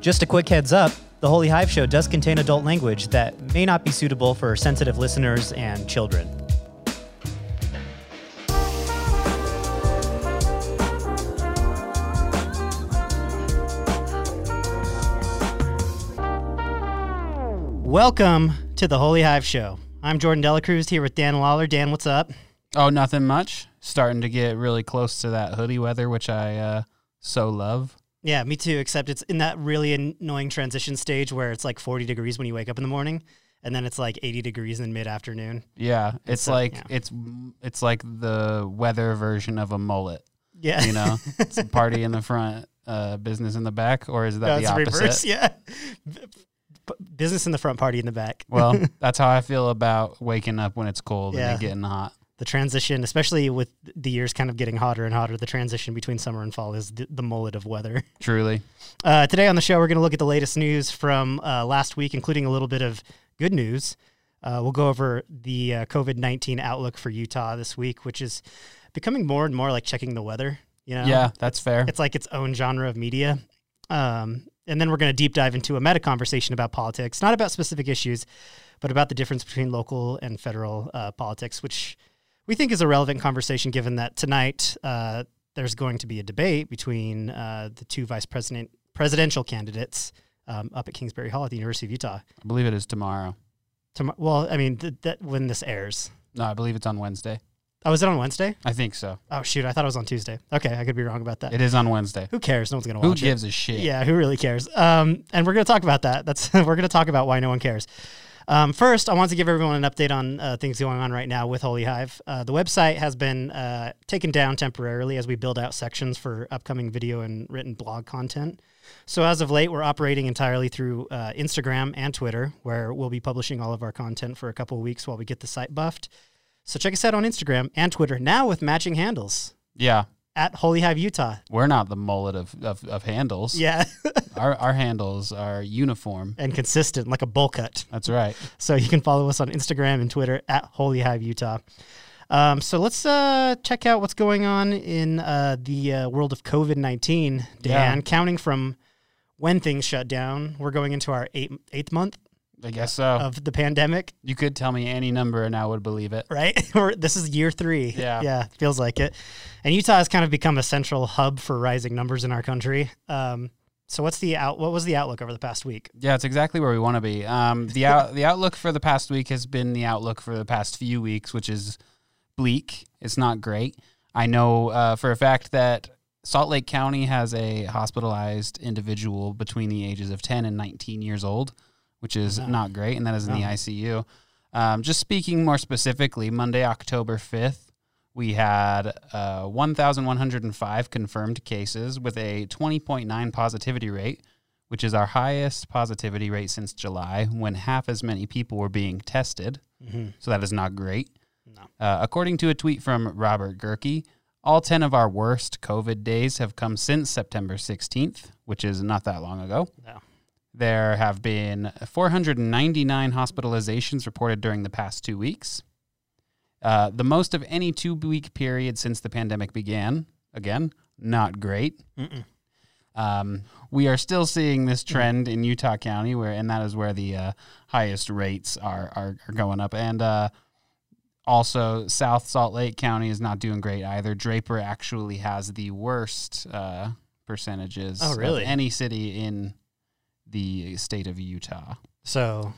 Just a quick heads up the Holy Hive Show does contain adult language that may not be suitable for sensitive listeners and children. Welcome to the Holy Hive Show. I'm Jordan Delacruz here with Dan Lawler. Dan, what's up? Oh, nothing much. Starting to get really close to that hoodie weather, which I uh, so love. Yeah, me too. Except it's in that really annoying transition stage where it's like 40 degrees when you wake up in the morning, and then it's like 80 degrees in mid afternoon. Yeah, it's so- like yeah. it's it's like the weather version of a mullet. Yeah, You know, it's a party in the front, uh, business in the back, or is that that's the opposite? reverse. Yeah, B- b- business in the front, party in the back. well, that's how I feel about waking up when it's cold Yeah. and it getting hot. The transition, especially with the years kind of getting hotter and hotter, the transition between summer and fall is the, the mullet of weather. Truly, Uh, today on the show, we're going to look at the latest news from uh, last week, including a little bit of good news. Uh, we'll go over the uh, COVID 19 outlook for Utah this week, which is becoming more and more like checking the weather. You know? yeah, that's fair. It's like its own genre of media. Um, and then we're going to deep dive into a meta conversation about politics, not about specific issues, but about the difference between local and federal uh, politics, which we think is a relevant conversation given that tonight uh, there's going to be a debate between uh, the two vice president presidential candidates um, up at Kingsbury Hall at the University of Utah. I believe it is tomorrow. Tomorrow, well, I mean, th- that when this airs. No, I believe it's on Wednesday. Oh, is it on Wednesday? I think so. Oh, shoot. I thought it was on Tuesday. Okay. I could be wrong about that. It is on Wednesday. Who cares? No one's going to Who watch it. gives a shit? Yeah, who really cares? Um, and we're going to talk about that. That's we're going to talk about why no one cares. Um, first, I want to give everyone an update on uh, things going on right now with Holy Hive. Uh, the website has been uh, taken down temporarily as we build out sections for upcoming video and written blog content. So as of late, we're operating entirely through uh, Instagram and Twitter, where we'll be publishing all of our content for a couple of weeks while we get the site buffed. So check us out on Instagram and Twitter now with matching handles yeah. at Holy Hive Utah. We're not the mullet of, of, of handles. Yeah, Our, our handles are uniform. and consistent like a bowl cut. That's right. So you can follow us on Instagram and Twitter at Holy Hive Utah. Um, so let's uh, check out what's going on in uh, the uh, world of COVID 19, Dan. Yeah. Counting from when things shut down, we're going into our eight, eighth month I guess so. of the pandemic, you could tell me any number and I would believe it. right? We're- this is year three. Yeah. Yeah, it feels like it. And Utah has kind of become a central hub for rising numbers in our country. Um, so what's the out? What was the outlook over the past week? Yeah, it's exactly where we want to be. Um, the out, the outlook for the past week has been the outlook for the past few weeks, which is bleak. It's not great. I know uh, for a fact that Salt Lake County has a hospitalized individual between the ages of 10 and 19 years old, which is Wow. not great, and that is in the Wow. ICU. Um, just speaking more specifically, Monday, October 5th, we had uh, 1,105 confirmed cases with a 20.9 positivity rate, which is our highest positivity rate since July when half as many people were being tested. Mm-hmm. So that is not great. No. Uh, according to a tweet from Robert Gerke, all 10 of our worst COVID days have come since September 16th, which is not that long ago. No. There have been 499 hospitalizations reported during the past two weeks, uh, the most of any two week period since the pandemic began. Again, not great. Mm-mm. Um, we are still seeing this Mm-hmm. trend in Utah County, where and that is where the uh, highest rates are, are are going up. And uh, also, South Salt Lake County is not doing great either. Draper actually has the worst uh, percentages Oh, really? of any city in the state of Utah. So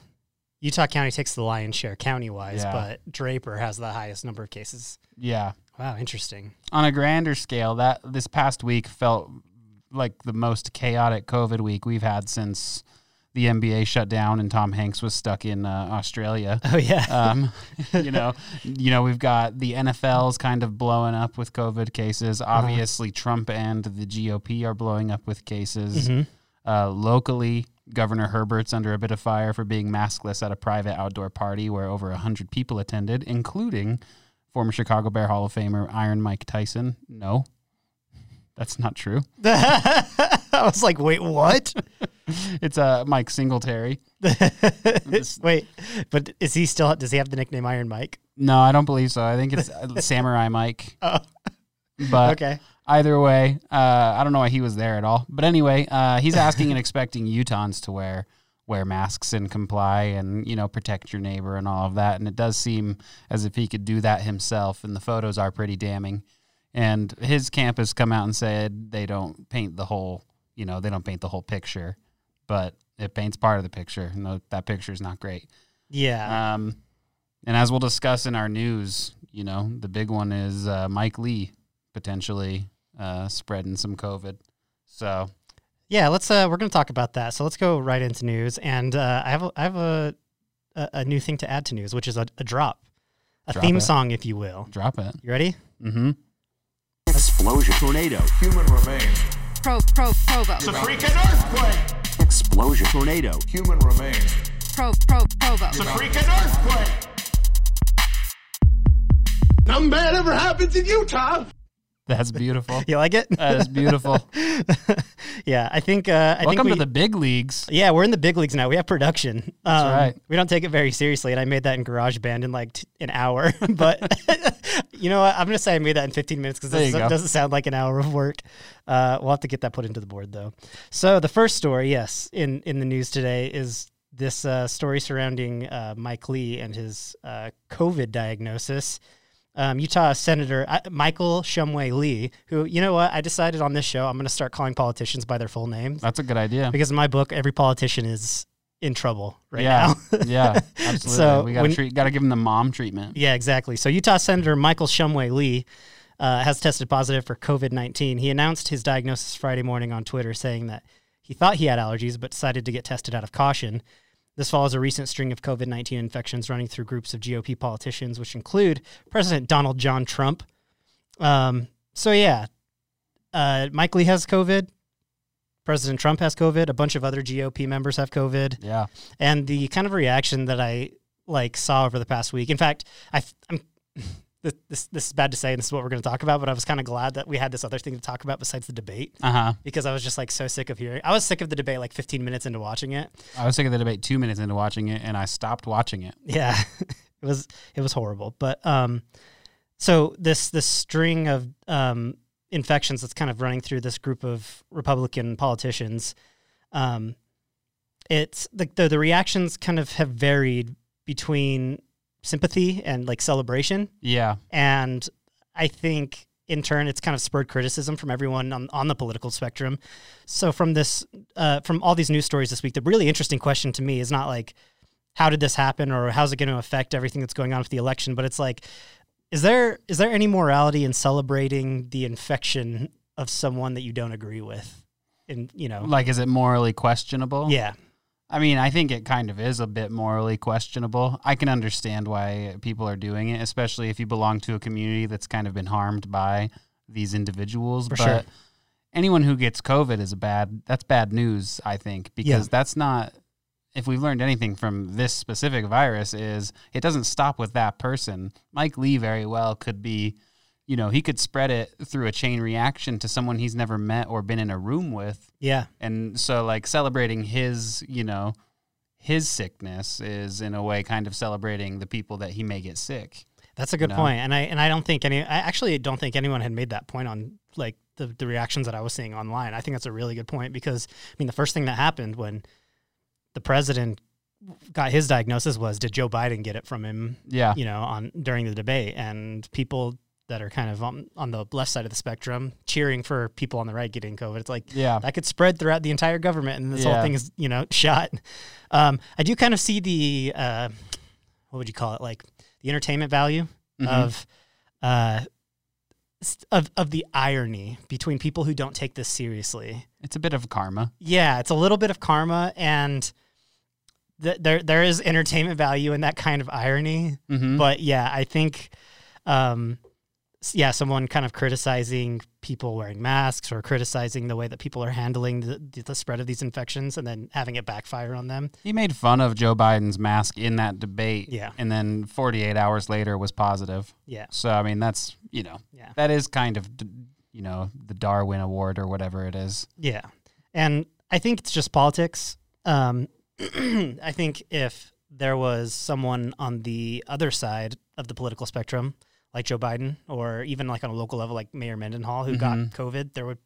Utah County takes the lion's share county wise, Yeah. but Draper has the highest number of cases. Yeah, Wow, interesting. on a grander scale, that this past week felt like the most chaotic COVID week we've had since the NBA shut down and Tom Hanks was stuck in uh, Australia. Oh yeah. um, you know, you know, we've got the NFL's kind of blowing up with COVID cases. Obviously, Trump and the GOP are blowing up with cases. Mhm. Uh, locally, Governor Herbert's under a bit of fire for being maskless at a private outdoor party where over 100 people attended, including former Chicago Bear Hall of Famer Iron Mike Tyson. No, that's not true. I was like, wait, what? It's uh, Mike Singletary. wait, but is he still? Does he have the nickname Iron Mike? No, I don't believe so. I think it's uh, Samurai Mike. Oh, But okay. Either way, uh, I don't know why he was there at all. But anyway, uh, he's asking and expecting Utahns to wear wear masks and comply and you know protect your neighbor and all of that. And it does seem as if he could do that himself. And the photos are pretty damning. And his campus come out and said they don't paint the whole you know they don't paint the whole picture, but it paints part of the picture. And tho- that picture is not great. Yeah. Um, and as we'll discuss in our news, you know, the big one is uh, Mike Lee potentially uh, spreading some COVID. So Yeah, let's. Uh, we're going to talk about that. So let's go right into news. And uh, I have a, I have a, a a new thing to add to news, which is a, a drop, a Drop theme it. song, if you will. drop it. You ready? Mm-hmm. Explosion. Tornado. Human remains. Pro, pro, provo. It's a freaking earthquake. Explosion. Tornado. Human remains. Pro, pro, provo. It's a freaking earthquake. Nothing bad ever happens in Utah. That's beautiful. You like it? That is beautiful. yeah, I think. Uh, I think Welcome we, to the big leagues. Yeah, we're in the big leagues now. We have production. Um, right. We don't take it very seriously, and I made that in GarageBand in like t- an hour. but you know what? I'm going to say I made that in 15 minutes because There this you go. doesn't sound like an hour of work. Uh, we'll have to get that put into the board though. So the first story, yes, in in the news today is this uh, story surrounding uh, Mike Lee and his uh, COVID diagnosis. Um, Utah Senator I, Michael Shumway Lee, who, you know what, I decided on this show, I'm going to start calling politicians by their full names That's a good idea. because in my book, every politician is in trouble right yeah. now. yeah. Absolutely. So we gotta when- treat gotta give them the mom treatment. yeah, exactly. So Utah Senator Michael Shumway Lee uh, has tested positive for COVID nineteen. He announced his diagnosis Friday morning on Twitter, saying that he thought he had allergies but decided to get tested out of caution. This follows a recent string of COVID nineteen infections running through groups of GOP politicians, which include President Donald John Trump. Um, so yeah, uh, Mike Lee has COVID. President Trump has COVID. A bunch of other GOP members have COVID. Yeah. and the kind of reaction that I like saw over the past week. In fact, I am this, this this is bad to say, and this is what we're going to talk about. But I was kind of glad that we had this other thing to talk about besides the debate Uh-huh. because I was just like so sick of hearing. I was sick of the debate like 15 minutes into watching it. I was sick of the debate two minutes into watching it and I stopped watching it. Yeah, it was it was horrible. But um, so this this string of um infections that's kind of running through this group of Republican politicians, um, it's the the, the reactions kind of have varied between sympathy and like celebration Yeah. and I think in turn it's kind of spurred criticism from everyone on, on the political spectrum. So from this, uh, from all these news stories this week, the really interesting question to me is not like how did this happen or how's it going to affect everything that's going on with the election, but it's like is there is there any morality in celebrating the infection of someone that you don't agree with? And you know, Like is it morally questionable? yeah, I mean, I think it kind of is a bit morally questionable. I can understand why people are doing it, especially if you belong to a community that's kind of been harmed by these individuals. For but sure. anyone who gets COVID is a bad that's bad news, I think, because Yeah. that's not if we've learned anything from this specific virus is it doesn't stop with that person. Mike Lee very well could be you know, he could spread it through a chain reaction to someone he's never met or been in a room with yeah, and so like celebrating his you know his sickness is in a way kind of celebrating the people that he may get sick that's a good No. point. And I and I don't think any, I actually don't think anyone had made that point on like the, the reactions that I was seeing online. I think that's a really good point because I mean the first thing that happened when the president got his diagnosis was did Joe Biden get it from him? yeah You know, on during the debate and people that are kind of on, on the left side of the spectrum cheering for people on the right getting COVID. It's like yeah Uh, that could spread throughout the entire government, and this whole Yeah. thing is you know shot. Um, I do kind of see the uh, what would you call it, like the entertainment value Mhm. of uh, s- of of the irony between people who don't take this seriously. it's a bit of karma Yeah, it's a little bit of karma, and th- there there is entertainment value in that kind of irony. mm-hmm. But yeah, I think, um, s- yeah, someone kind of criticizing people wearing masks or criticizing the way that people are handling the, the spread of these infections and then having it backfire on them. he made fun of joe biden's mask in that debate Yeah. and then 48 hours later was positive Yeah. so i mean that's you know Yeah. that is kind of d- you know the darwin award or whatever it is Yeah. And I think it's just politics. Um, I think if there was someone on the other side of the political spectrum, like Joe Biden or even like on a local level like Mayor Mendenhall who got COVID, there would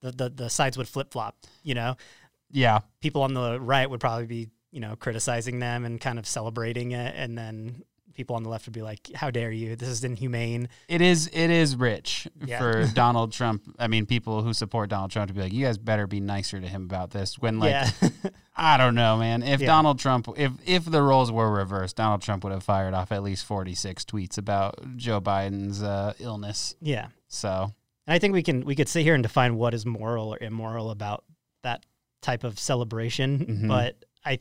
the, the, the sides would flip flop, you know? Yeah. people on the right would probably be, you know, criticizing them and kind of celebrating it. And then people on the left would be like, how dare you? This is inhumane. It is it is rich Yeah. for Donald Trump. I mean, people who support Donald Trump to be like, you guys better be nicer to him about this. When like, yeah. I don't know, man. If Yeah. Donald Trump, if if the roles were reversed, Donald Trump would have fired off at least forty six tweets about Joe Biden's uh, illness. yeah. So And I think we can, we could sit here and define what is moral or immoral about that type of celebration. Mhm. But I,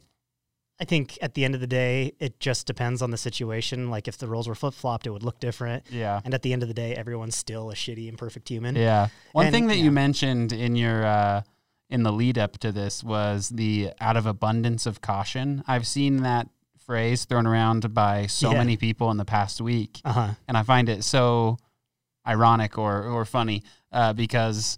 I think at the end of the day, it just depends on the situation. Like if the roles were flip flopped, it would look different. yeah, And at the end of the day, everyone's still a shitty, imperfect human. yeah. One And- thing that yeah. you mentioned in your uh, in the lead up to this was the out of abundance of caution. I've seen that phrase thrown around by so Yeah. many people in the past week. Uh huh. and I find it so ironic or or funny uh, because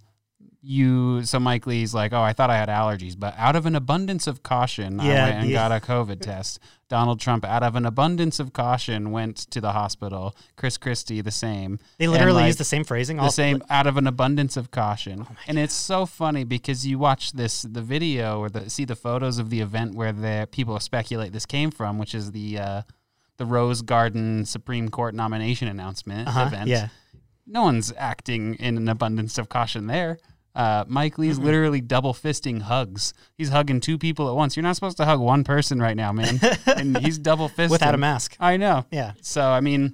you so Mike Lee's like, oh, I thought I had allergies, but out of an abundance of caution, Yeah, I went and the- got a COVID test. Donald Trump, out of an abundance of caution, went to the hospital. Chris Christie, the same. They literally like, use the same phrasing. The all- same out of an abundance of Oh caution, and it's so funny because you watch this the video or the see the photos of the event where the people speculate this came from, which is the uh, the Rose Garden Supreme Court nomination announcement Uh-huh, event Yeah. no one's acting in an abundance of caution there. Uh, Mike Lee's Mm-hmm. literally double fisting hugs. He's hugging two people at once. You're not supposed to hug one person right now, man. and he's double fisting Without a mask. I know. Yeah. So I mean,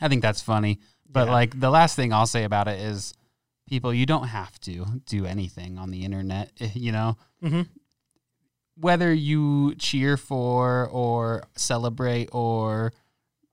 I think that's funny. But Yeah. like the last thing I'll say about it is, people, you don't have to do anything on the internet. eh, You know, Mhm. whether you cheer for or celebrate or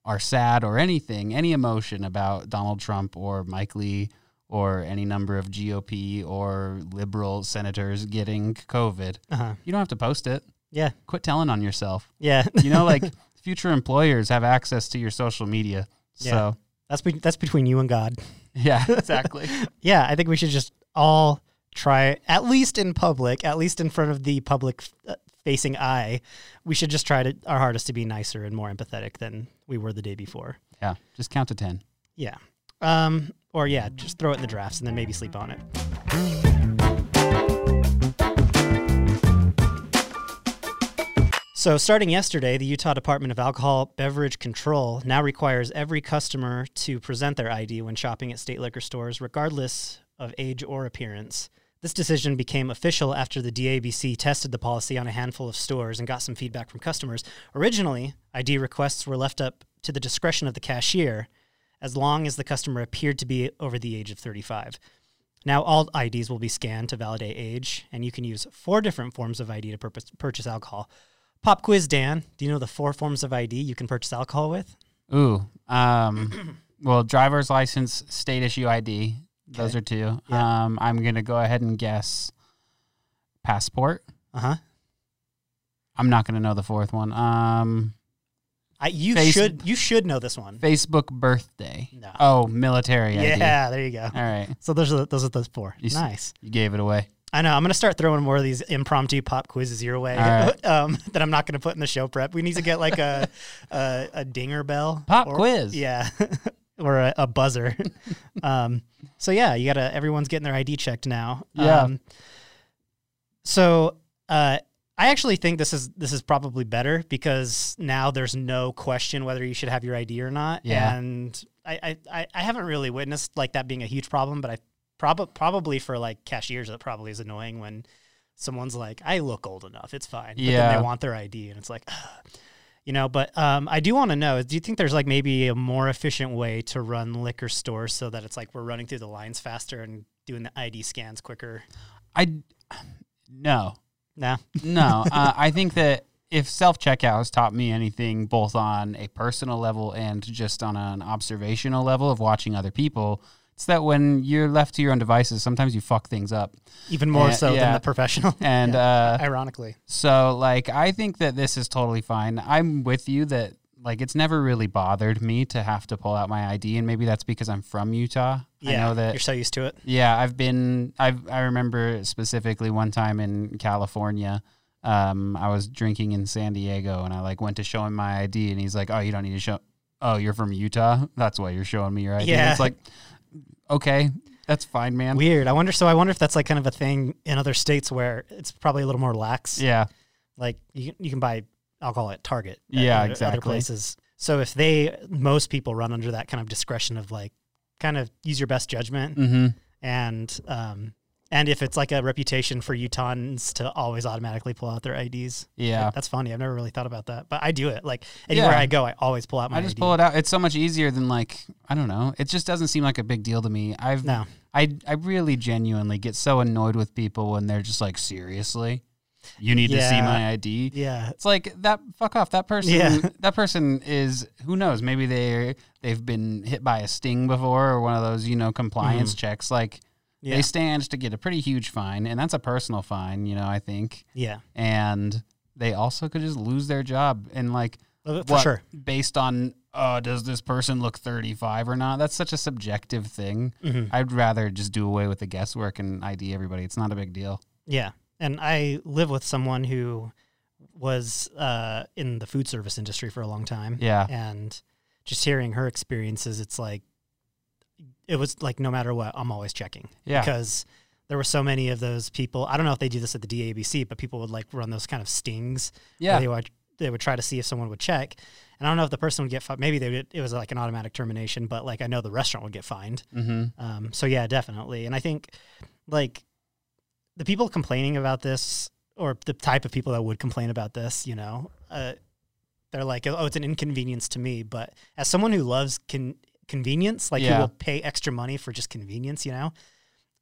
are sad or anything, any emotion about Donald Trump or Mike Lee or any number of GOP or liberal senators getting COVID, Uh huh. you don't have to post it. Yeah. Quit telling on yourself. Yeah. You know, like future employers have access to your social media. Yeah. So, That's be- that's between you and God. yeah, exactly. Yeah, I think we should just all try at least in public, at least in front of the public uh, facing eye, we should just try to our hardest to be nicer and more empathetic than we were the day before. yeah, just count to 10. Yeah. Um or yeah, just throw it in the drafts and then maybe sleep on it. So, starting yesterday, the Utah Department of Alcohol Beverage Control now requires every customer to present their ID when shopping at state liquor stores, regardless of age or appearance. This decision became official after the DABC tested the policy on a handful of stores and got some feedback from customers. Originally, ID requests were left up to the discretion of the cashier as long as the customer appeared to be over the age of 35. Now, all IDs will be scanned to validate age, and you can use four different forms of ID to purpose, purchase alcohol. Pop quiz, Dan. Do you know the four forms of ID you can purchase alcohol with? Ooh. Um, well, driver's license, state issue ID. Those are two. Yeah. Um, I'm going to go ahead and guess passport. Uh huh. I'm not going to know the fourth one. Um, I, you Face- should you should know this one. Facebook birthday. No. Oh, military ID. Yeah, there you go. All right. So those are the, those are those four. Uh, You s- nice. You gave it away. I know. I'm gonna start throwing more of these impromptu pop quizzes your way All right. um, that I'm not gonna put in the show prep. We need to get like a a, a dinger bell Pop or- quiz. yeah, or a, a buzzer. um, so yeah, you gotta. Everyone's getting their ID checked now. Yeah. Um, so uh, I actually think this is this is probably better because now there's no question whether you should have your ID or not. Yeah. And I I, I, I haven't really witnessed like that being a huge problem, but I prob- probably for like cashiers that probably is annoying when someone's like, I look old enough, it's fine. But then Yeah. they want their ID and it's like you know, but um, I do want to know, do you think there's like maybe a more efficient way to run liquor stores so that it's like we're running through the lines faster and doing the ID scans quicker? I no Nah. no. uh, I think that if self checkout has taught me anything, both on a personal level and just on an observational level of watching other people, it's that when you're left to your own devices, sometimes you fuck things up. Even more Yeah, so than yeah. the professional. And Yeah. uh, ironically. So like I think that this is totally fine. I'm with you that like it's never really bothered me to have to pull out my ID and maybe that's because I'm from Utah. Yeah. I know that you're so used to it. yeah, I've been. I have I remember specifically one time in California. Um, I was drinking in San Diego, and I like went to show him my ID, and he's like, "Oh, you don't need to show." oh, you're from Utah. That's why you're showing me your ID. Yeah. It's like, okay, that's fine, man. Weird. I wonder. So I wonder if that's like kind of a thing in other states where it's probably a little more lax. yeah. Like you, can- you can buy alcohol at Target. at Yeah, other- Other exactly. places. So if they, most people run under that kind of discretion of like, kind of use your best judgment, Mm-hmm. and um, and if it's like a reputation for Utahns to always automatically pull out their IDs. Yeah. That's funny. I've never really thought about that, but I do it. Like anywhere Yeah. I go, I always pull out my. I just ID. pull it out. It's so much easier than like I don't know. It just doesn't seem like a big deal to me. I've No. I I really genuinely get so annoyed with people when they're just like seriously, you need to see Yeah. my ID. Yeah. It's like that. Fuck off. That person. Yeah. That person is who knows. Maybe they they've been hit by a sting before or one of those you know compliance checks. Like Mm-hmm. Yeah. they stand to get a pretty huge fine, and that's a personal fine. You know, I think, yeah. and they also could just lose their job and like Uh, For what- sure. based on uh, does this person look 35 or not that's such a subjective thing Mhm. i'd rather just do away with the guesswork and id everybody it's not a big deal Yeah. And I live with someone who was uh, in the food service industry for a long time. yeah And just hearing her experiences, it's like, it was like, no matter what, I'm always checking. Yeah. Because there were so many of those people. I don't know if they do this at the DABC, but people would like run those kind of stings. where yeah They would, they would try to see if someone would check. And I don't know if the person would get fined. Maybe they would, it was like an automatic termination, but like I know the restaurant would get fined. mm-hmm. Um, so yeah, definitely. And I think like the people complaining about this, or the type of people that would complain about this, you know, uh, they're like, oh, it's an inconvenience to me. But as someone who loves con- convenience, like Yeah. who will pay extra money for just convenience, you know,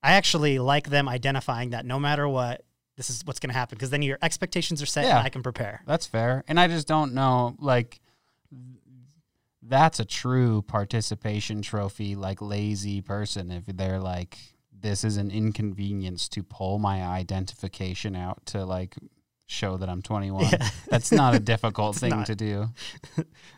I actually like them identifying that no matter what, this is what's going to happen because then your expectations are set Yeah. and I can prepare. that's fair and i just don't know like that's a true participation trophy like lazy person if they're like this is an inconvenience to pull my identification out to like show that i'm 21 that's not a difficult thing not. to do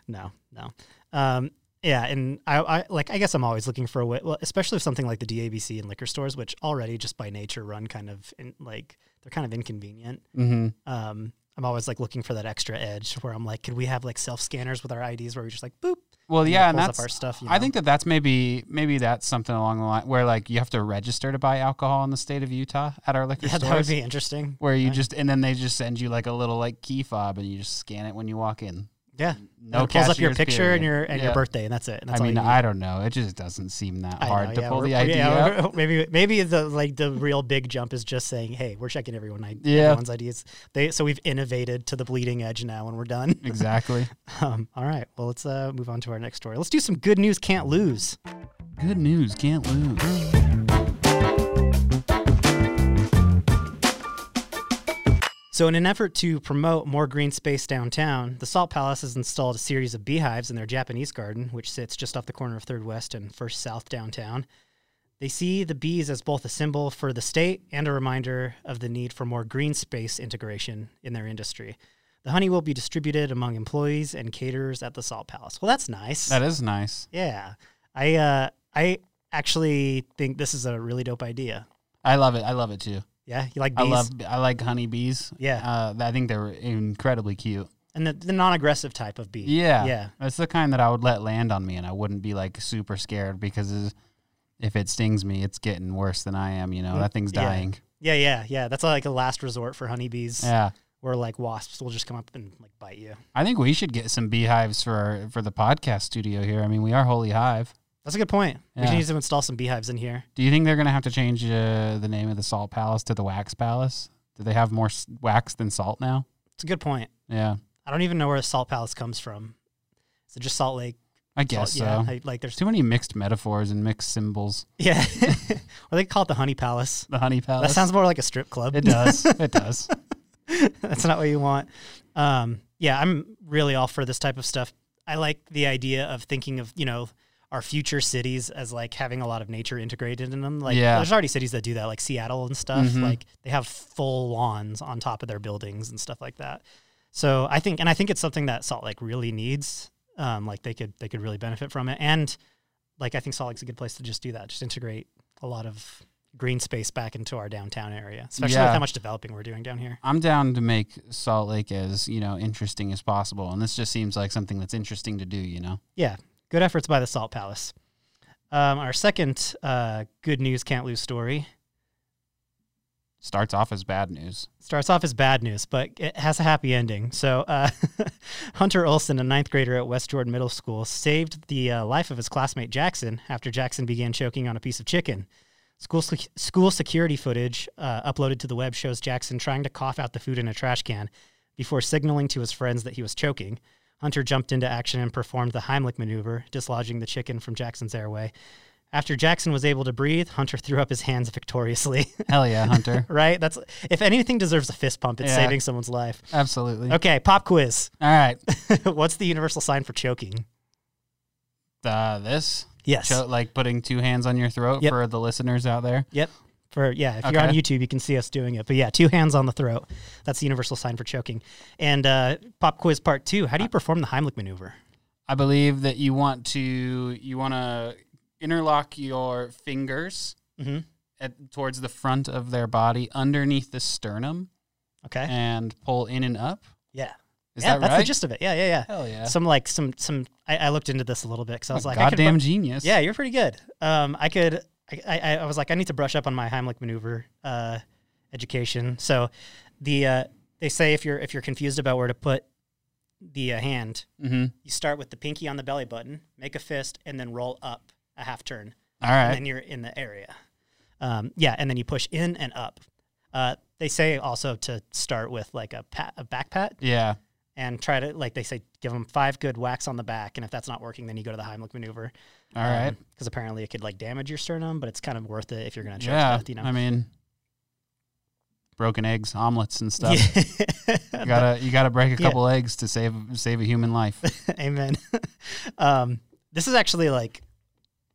No, no. Um, yeah, and I, I like I guess I'm always looking for a way. Well, especially if something like the DABC and liquor stores, which already just by nature run kind of in, like they're kind of inconvenient. mm-hmm. Um, I'm always like looking for that extra edge where I'm like, could we have like self scanners with our IDs where we just like boop? Well, and it yeah, and pulls that's up our stuff. you I know? think that that's maybe maybe that's something along the line where like you have to register to buy alcohol in the state of Utah at our liquor yeah, that would stores, be interesting. where you just and then they just send you like a little like key fob and you just scan it when you walk in. Yeah, No, it pulls up your cashier's picture period. and your and Yeah. your birthday, and that's it. And that's I all mean, you need. I don't know. It just doesn't seem that I know, hard to yeah, pull we're- the we're- idea. yeah, up. we're- Maybe maybe the like the real big jump is just saying, "Hey, we're checking everyone. I, Yeah. everyone's ideas." They so we've innovated to the bleeding edge now, and we're done. Exactly. Um, all right, well, let's uh, move on to our next story. Let's do some good news can't lose. Good news, can't lose. So, in an effort to promote more green space downtown, the Salt Palace has installed a series of beehives in their Japanese garden, which sits just off the corner of Third West and First South downtown. They see the bees as both a symbol for the state and a reminder of the need for more green space integration in their industry. The honey will be distributed among employees and caterers at the Salt Palace. Well, that's nice. That is nice. yeah. I uh, I actually think this is a really dope idea. I love it. I love it too. Yeah, you like I bees? love. I like honeybees. Yeah. Uh, I think they're incredibly cute. and the, the non-aggressive type of bee. Yeah. Yeah. That's the kind that I would let land on me and I wouldn't be like super scared because is- if it stings me, it's getting worse than I am, you know. That thing's Mm, yeah. dying. Yeah, yeah, yeah. That's like a last resort for honeybees, Yeah. where like wasps will just come up and like bite you. I think we should get some beehives for our, for the podcast studio here. I mean, we are Holy Hive. That's a good point. We Yeah. should need to install some beehives in here. Do you think they're going to have to change uh, the name of the Salt Palace to the Wax Palace? Do they have more s- wax than salt now? It's a good point. Yeah. I don't even know where the Salt Palace comes from. Is it just Salt Lake? I guess Salt, Yeah, so. I- like there's There's too many mixed metaphors and mixed symbols. yeah. or they call it the Honey Palace. The Honey Palace. That sounds more like a strip club. It does. it does. That's not what you want. Um, yeah, I'm really all for this type of stuff. I like the idea of thinking of, you know, our future cities as like having a lot of nature integrated in them. Like Yeah. there's already cities that do that, like Seattle and stuff. Mhm. Like they have full lawns on top of their buildings and stuff like that. So I think, and I think it's something that Salt Lake really needs. Um, like they could, they could really benefit from it. And like, I think Salt Lake's a good place to just do that. Just integrate a lot of green space back into our downtown area, especially with Yeah. how much developing we're doing down here. I'm down to make Salt Lake as you know interesting as possible, and this just seems like something that's interesting to do. You know, Yeah, good efforts by the Salt Palace. Um, our second uh, good news can't lose story starts off as bad news. starts off as bad news, but it has a happy ending. So, uh, Hunter Olson, a ninth grader at West Jordan Middle School, saved the uh, life of his classmate Jackson after Jackson began choking on a piece of chicken. School, sec- school security footage uh, uploaded to the web shows Jackson trying to cough out the food in a trash can before signaling to his friends that he was choking. Hunter jumped into action and performed the Heimlich maneuver, dislodging the chicken from Jackson's airway. After Jackson was able to breathe, Hunter threw up his hands victoriously. Hell yeah, Hunter! right? That's if anything deserves a fist pump, it's Yeah. saving someone's life. Absolutely. Okay, pop quiz. All right, What's the universal sign for choking? uh, this Yes. cho- like putting two hands on your throat Yep. for the listeners out there. yep. For yeah, if you're on Okay. YouTube, you can see us doing it. But yeah, two hands on the throat. That's the universal sign for choking. And uh, pop quiz part two. How do you perform the Heimlich maneuver? I believe that you want to you want to interlock your fingers Mhm. at, towards the front of their body, underneath the sternum, Okay. and pull in and up. yeah. Is yeah, that that's right? the gist of it. Yeah, yeah, yeah. Hell yeah! Some like some some. I, I looked into this a little bit because I was like, I could, goddamn bu- genius. Yeah, you're pretty good. Um, I could. I, I, I was like, I need to brush up on my Heimlich maneuver uh, education. So, the uh, they say if you're if you're confused about where to put the uh, hand, Mm-hmm. you start with the pinky on the belly button, make a fist, and then roll up a half turn, All right. and then you're in the area. Um, yeah, and then you push in and up. Uh, they say also to start with like a pat, a back pat, yeah. and try to like they say give them five good whacks on the back, and if that's not working, then you go to the Heimlich maneuver. All right. Because Um, apparently it could like damage your sternum, but it's kind of worth it if you're going to choke yeah. to death, you know. I mean, broken eggs, omelets, and stuff. Yeah. You gotta you gotta break a Yeah. couple eggs to save save a human life. Amen. um, this is actually like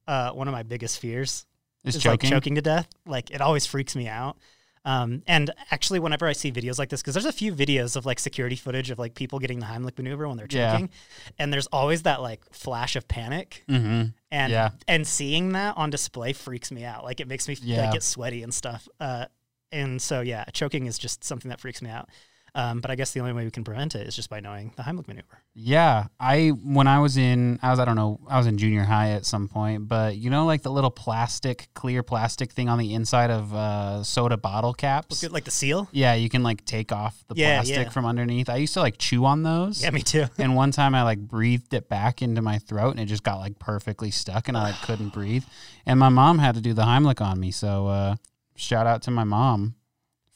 uh, one of my biggest fears. It's is, choking. Like choking to death. Like it always freaks me out. Um, and actually, whenever I see videos like this, because there's a few videos of like security footage of like people getting the Heimlich maneuver when they're Yeah. choking, and there's always that like flash of panic. Mm-hmm. and Yeah. and seeing that on display freaks me out. Like it makes me Yeah. like, get sweaty and stuff. Uh, and so yeah, choking is just something that freaks me out. Um, but I guess the only way we can prevent it is just by knowing the Heimlich maneuver. Yeah, I when I was in I was I don't know I was in junior high at some point, but you know like the little plastic clear plastic thing on the inside of uh, soda bottle caps. Good, like the seal. Yeah, you can like take off the Yeah, plastic yeah. from underneath. I used to like chew on those. Yeah, me too. And one time I like breathed it back into my throat and it just got like perfectly stuck and I like couldn't breathe. And my mom had to do the Heimlich on me. So uh, shout out to my mom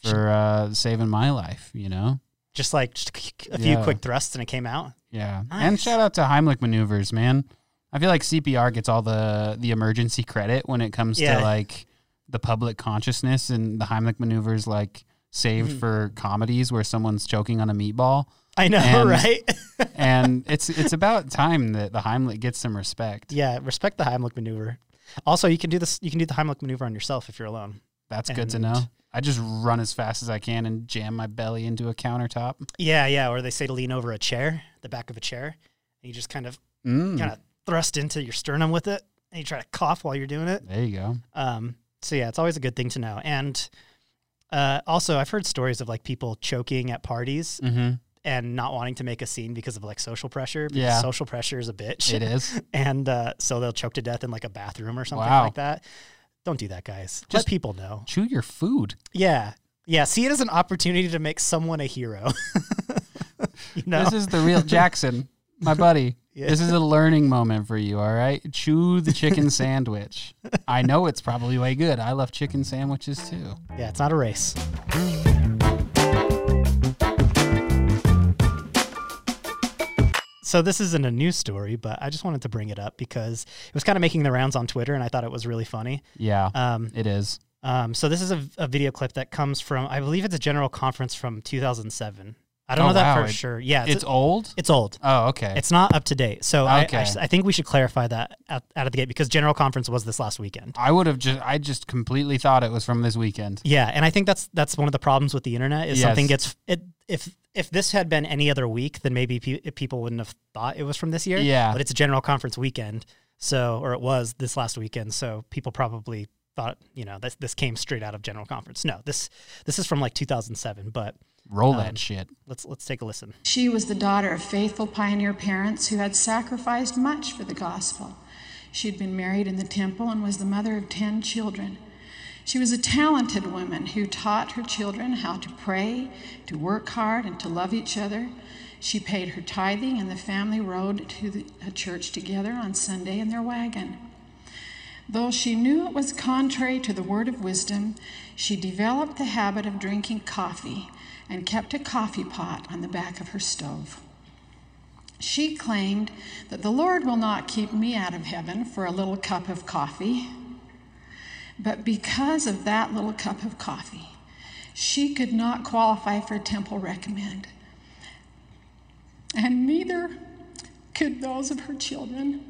for uh, saving my life, you know? Just like just a few Yeah. quick thrusts and it came out. Yeah. And Nice. shout out to Heimlich maneuvers, man. I feel like CPR gets all the, the emergency credit when it comes Yeah. to like the public consciousness and the Heimlich maneuvers like saved Mm-hmm. for comedies where someone's choking on a meatball. I know, And- right? and it's it's about time that the Heimlich gets some respect. yeah, respect the Heimlich maneuver. Also, you can do this. You can do the Heimlich maneuver on yourself if you're alone. That's good to And- know. I just run as fast as I can and jam my belly into a countertop. Yeah, yeah. Or they say to lean over a chair, the back of a chair, and you just kind of Mm, kind of thrust into your sternum with it, and you try to cough while you're doing it. There you go. Um, so yeah, it's always a good thing to know. And uh, also, I've heard stories of like people choking at parties hmm and not wanting to make a scene because of like social pressure. Because Yeah. social pressure is a bitch, It is. and uh, so they'll choke to death in like a bathroom or something Wow. like that. Don't do that, guys. Let Just- people know. Chew your food. Yeah, yeah. See it as an opportunity to make someone a hero. you know, This is the real Jackson, my buddy. Yeah. This is a learning moment for you, all right? Chew the chicken sandwich. I know it's probably way good. I love chicken sandwiches too. yeah. It's not a race. So this isn't a news story, but I just wanted to bring it up because it was kind of making the rounds on Twitter, and I thought it was really funny. Yeah, Um, it is. um, so this is a, a video clip that comes from, I believe it's a general conference from 2007. I don't Oh, know that wow. for It- sure. Yeah, it's It's it's, old. old. Oh, okay. It's not up to date. So I- Okay. I, s- I think we should clarify that out, out of the gate because general conference was this last weekend. I would have just. I just completely thought it was from this weekend. Yeah, and I think that's that's one of the problems with the internet is Yes. something gets it if if this had been any other week, then maybe pe- people wouldn't have thought it was from this year. Yeah. but it's a general conference weekend, so or it was this last weekend, so people probably thought you know this this came straight out of general conference. No, this this is from like 2007. But Roll Um, that shit. let's let's take a listen. She was the daughter of faithful pioneer parents who had sacrificed much for the gospel. She had been married in the temple and was the mother of 10 children. She was a talented woman who taught her children how to pray, to work hard, and to love each other. She paid her tithing, and the family rode to the a church together on Sunday in their wagon. Though she knew it was contrary to the word of wisdom, she developed the habit of drinking coffee and kept a coffee pot on the back of her stove. She claimed that the Lord will not keep me out of heaven for a little cup of coffee. But because of that little cup of coffee, she could not qualify for temple recommend. And neither could those of her children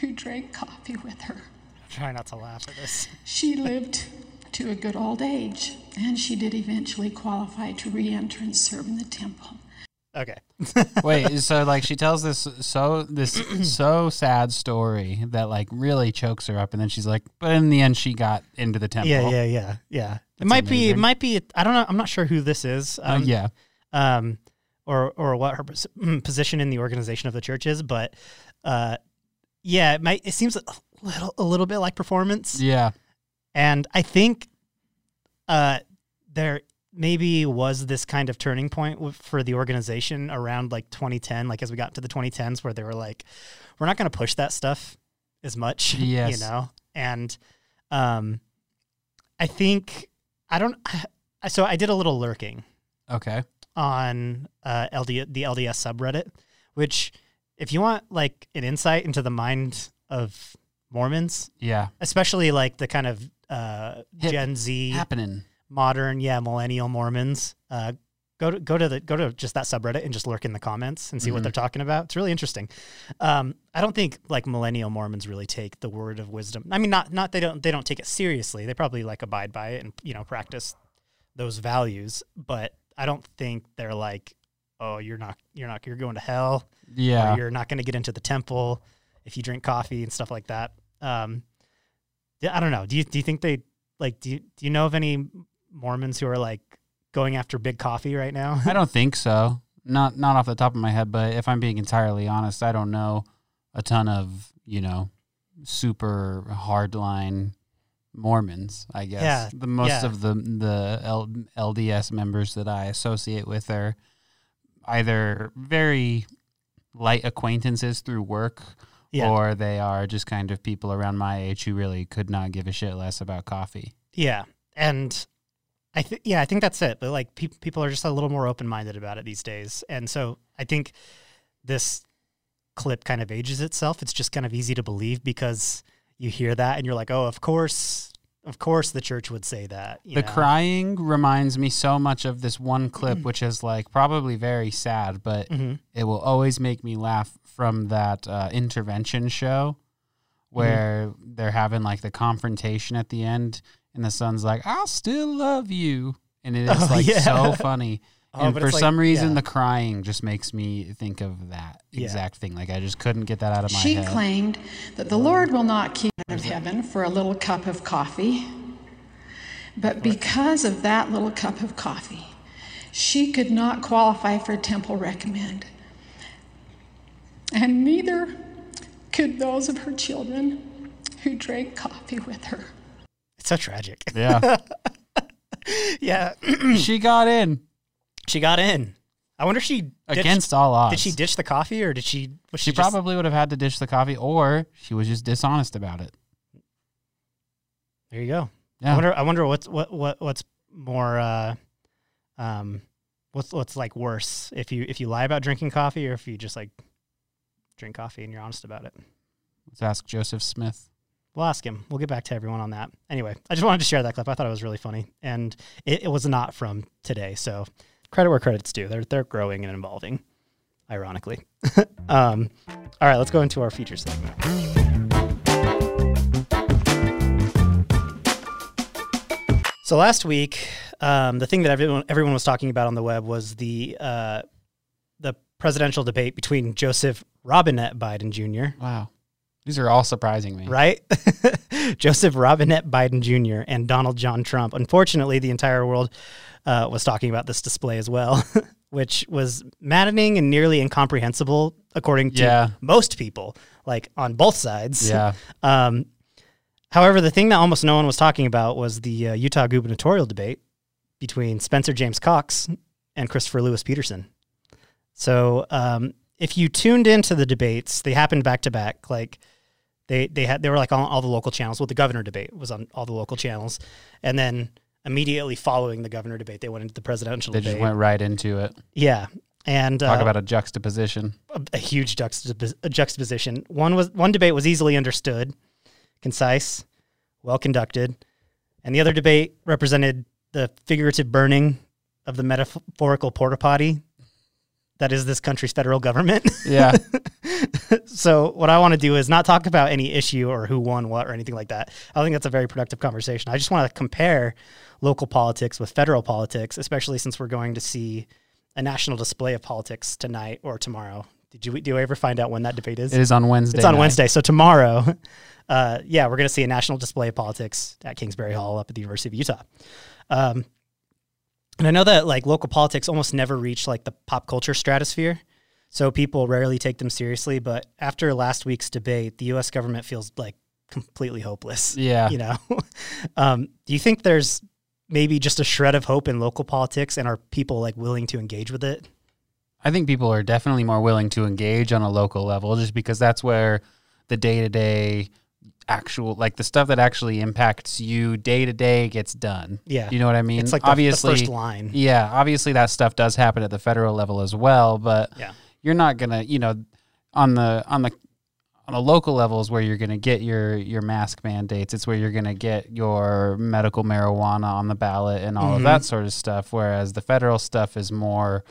who drank coffee with her. Try not to laugh at this. She lived to a good old age, and she did eventually qualify to re enter and serve in the temple. Okay, Wait, so like she tells this so this so sad story that like really chokes her up, and then she's like, but in the end, she got into the temple. yeah, yeah, yeah, yeah. it might be it amazing. might be I don't know. I'm not sure who this is. Uh, Um, yeah. um, or or what her pos- position in the organization of the church is, but uh, yeah, it might it seems a little a little bit like performance, Yeah. and I think uh, there maybe was this kind of turning point w- for the organization around like 2010, like as we got to the 2010s, where they were like, we're not going to push that stuff as much, Yes. you know, and um, I think I don't. I, so I did a little lurking Okay. on uh, LD, the LDS subreddit, which, if you want like an insight into the mind of Mormons, Yeah. especially like the kind of uh, Hip. Gen Z, Happening. modern, yeah, millennial Mormons, uh, go to go to the go to just that subreddit and just lurk in the comments and see what they're talking about. It's really interesting. Um, I don't think like millennial Mormons really take the word of wisdom. I mean, not not they don't they don't take it seriously. They probably like abide by it and you know practice those values, but I don't think they're like, oh, you're not you're not you're going to hell or Yeah. you're not going to get into the temple if you drink coffee and stuff like that. Um, yeah, I don't know. Do you do you think they like do you, do you know of any Mormons who are like going after big coffee right now? I don't think so. Not not off the top of my head, but if I'm being entirely honest, I don't know a ton of you know super hardline Mormons. I guess Yeah, the most yeah. of the the L, LDS members that I associate with are either very light acquaintances through work. Yeah. Or they are just kind of people around my age who really could not give a shit less about coffee. yeah, and I think yeah, I think that's it. But like peop people are just a little more open minded about it these days, and so I think this clip kind of ages itself. It's just kind of easy to believe because you hear that and you're like, oh, of course, of course, the church would say that. you The know? crying reminds me so much of this one clip, Mm. which is like probably very sad, but Mhm. it will always make me laugh from that uh, intervention show where Mm-hmm. they're having like the confrontation at the end, and the son's like, I'll still love you. And it is Oh, like yeah. so funny. Oh, and but for it's like- some reason, yeah. the crying just makes me think of that Yeah. exact thing. Like, I just couldn't get that out of my She head. claimed that the Lord will not keep me out of heaven for a little cup of coffee. But because of that little cup of coffee, she could not qualify for temple recommend. And neither could those of her children who drank coffee with her. It's so tragic. yeah. yeah, she got in she got in. I wonder if she ditched- against all odds. Did she ditch the coffee or did she? Was she, She just- probably would have had to dish the coffee, or she was just dishonest about it. there you go. I Yeah. wonder. I wonder what's what what what's more. Uh, um, what's what's like worse if you if you lie about drinking coffee or if you just like drink coffee and you're honest about it. Let's ask Joseph Smith. We'll ask him. We'll get back to everyone on that. Anyway, I just wanted to share that clip. I thought it was really funny, and it, it was not from today. So credit where credit's due. They're they're growing and evolving, ironically. um, all right, let's go into our feature segment. So last week, um, the thing that everyone everyone was talking about on the web was the uh, the presidential debate between Joseph Robinette Biden Jr. Wow. These are all surprising me. right? Joseph Robinette Biden Jr. and Donald John Trump. Unfortunately, the entire world uh, was talking about this display as well, which was maddening and nearly incomprehensible, according to Yeah. most people, like on both sides. Yeah. Um, however, the thing that almost no one was talking about was the uh, Utah gubernatorial debate between Spencer James Cox and Christopher Lewis Peterson. So um, if you tuned into the debates, they happened back to back. Like they they had they were like on all the local channels. Well, the governor debate was on all the local channels, and then immediately following the governor debate, they went into the presidential They debate. just went right into it. yeah, and Talk uh, about a juxtaposition. a, a huge juxtapos- a juxtaposition. One was one debate was easily understood, concise, well conducted, and the other debate represented the figurative burning of the metaphorical porta potty that is this country's federal government. Yeah. so what I want to do is not talk about any issue or who won what or anything like that. I think that's a very productive conversation. I just want to compare local politics with federal politics, especially since we're going to see a national display of politics tonight or tomorrow. Did you do you ever find out when that debate is? it is on Wednesday. it's on night. Wednesday, so tomorrow. Uh, yeah, we're going to see a national display of politics at Kingsbury Hall up at the University of Utah. Um, and I know that like local politics almost never reach like the pop culture stratosphere, so people rarely take them seriously. But after last week's debate, the U.S. government feels like completely hopeless. Yeah. you know. um, do you think there's maybe just a shred of hope in local politics, and are people like willing to engage with it? I think people are definitely more willing to engage on a local level just because that's where the day to day actual like the stuff that actually impacts you day to day gets done. Yeah. You know what I mean? It's like the- the obviously first line. Yeah, obviously that stuff does happen at the federal level as well, but Yeah. you're not going to, you know, on the on the on the local levels where you're going to get your your mask mandates, it's where you're going to get your medical marijuana on the ballot and all of that sort of stuff whereas the federal stuff is more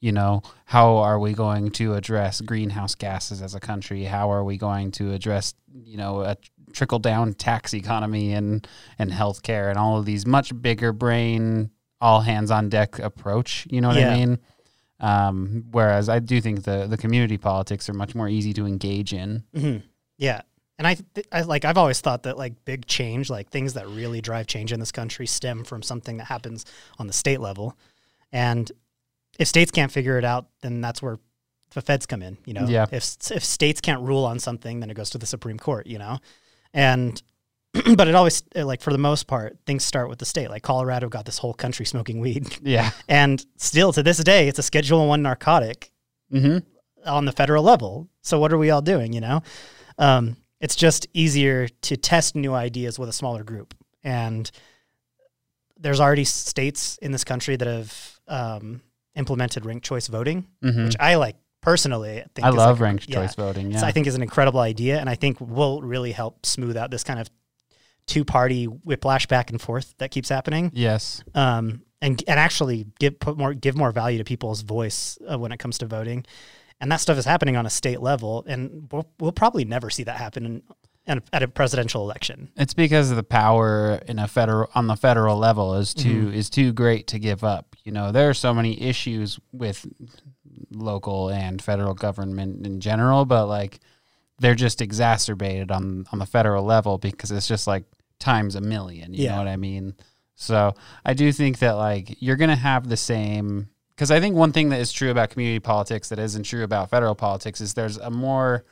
you know, how are we going to address greenhouse gases as a country? How are we going to address, you know, a trickle down tax economy and and healthcare and all of these much bigger brain, all hands on deck approach? You know what Yeah. I mean? Um, whereas I do think the the community politics are much more easy to engage in. Yeah. And I, th- I like I've always thought that like big change, like things that really drive change in this country stem from something that happens on the state level. And if states can't figure it out, then that's where the feds come in, you know. Yeah. If s- if states can't rule on something, then it goes to the Supreme Court, you know. And but it always uh, like for the most part, things start with the state. Like Colorado got this whole country smoking weed. Yeah. And still to this day, it's a Schedule 1 narcotic Mm-hmm. hmm on the federal level. So what are we all doing? You know, um, it's just easier to test new ideas with a smaller group. And there's already states in this country that have um, implemented ranked choice voting, which I like personally. Think Mm-hmm. I is love like- ranked yeah. choice voting. Yeah. So I think is an incredible idea, and I think will really help smooth out this kind of two party whiplash back and forth that keeps happening yes. um, and and actually give put more give more value to people's voice uh, when it comes to voting, and that stuff is happening on a state level, and we'll, we'll probably never see that happen in, in, at a presidential election. It's because of the power in a federal on the federal level is too Mm-hmm. is too great to give up. You know, there are so many issues with local and federal government in general, but like they're just exacerbated on on the federal level because it's just like times a million. You Yeah. know what I mean? So I do think that like you're gonna have the same because I think one thing that is true about community politics that isn't true about federal politics is there's a more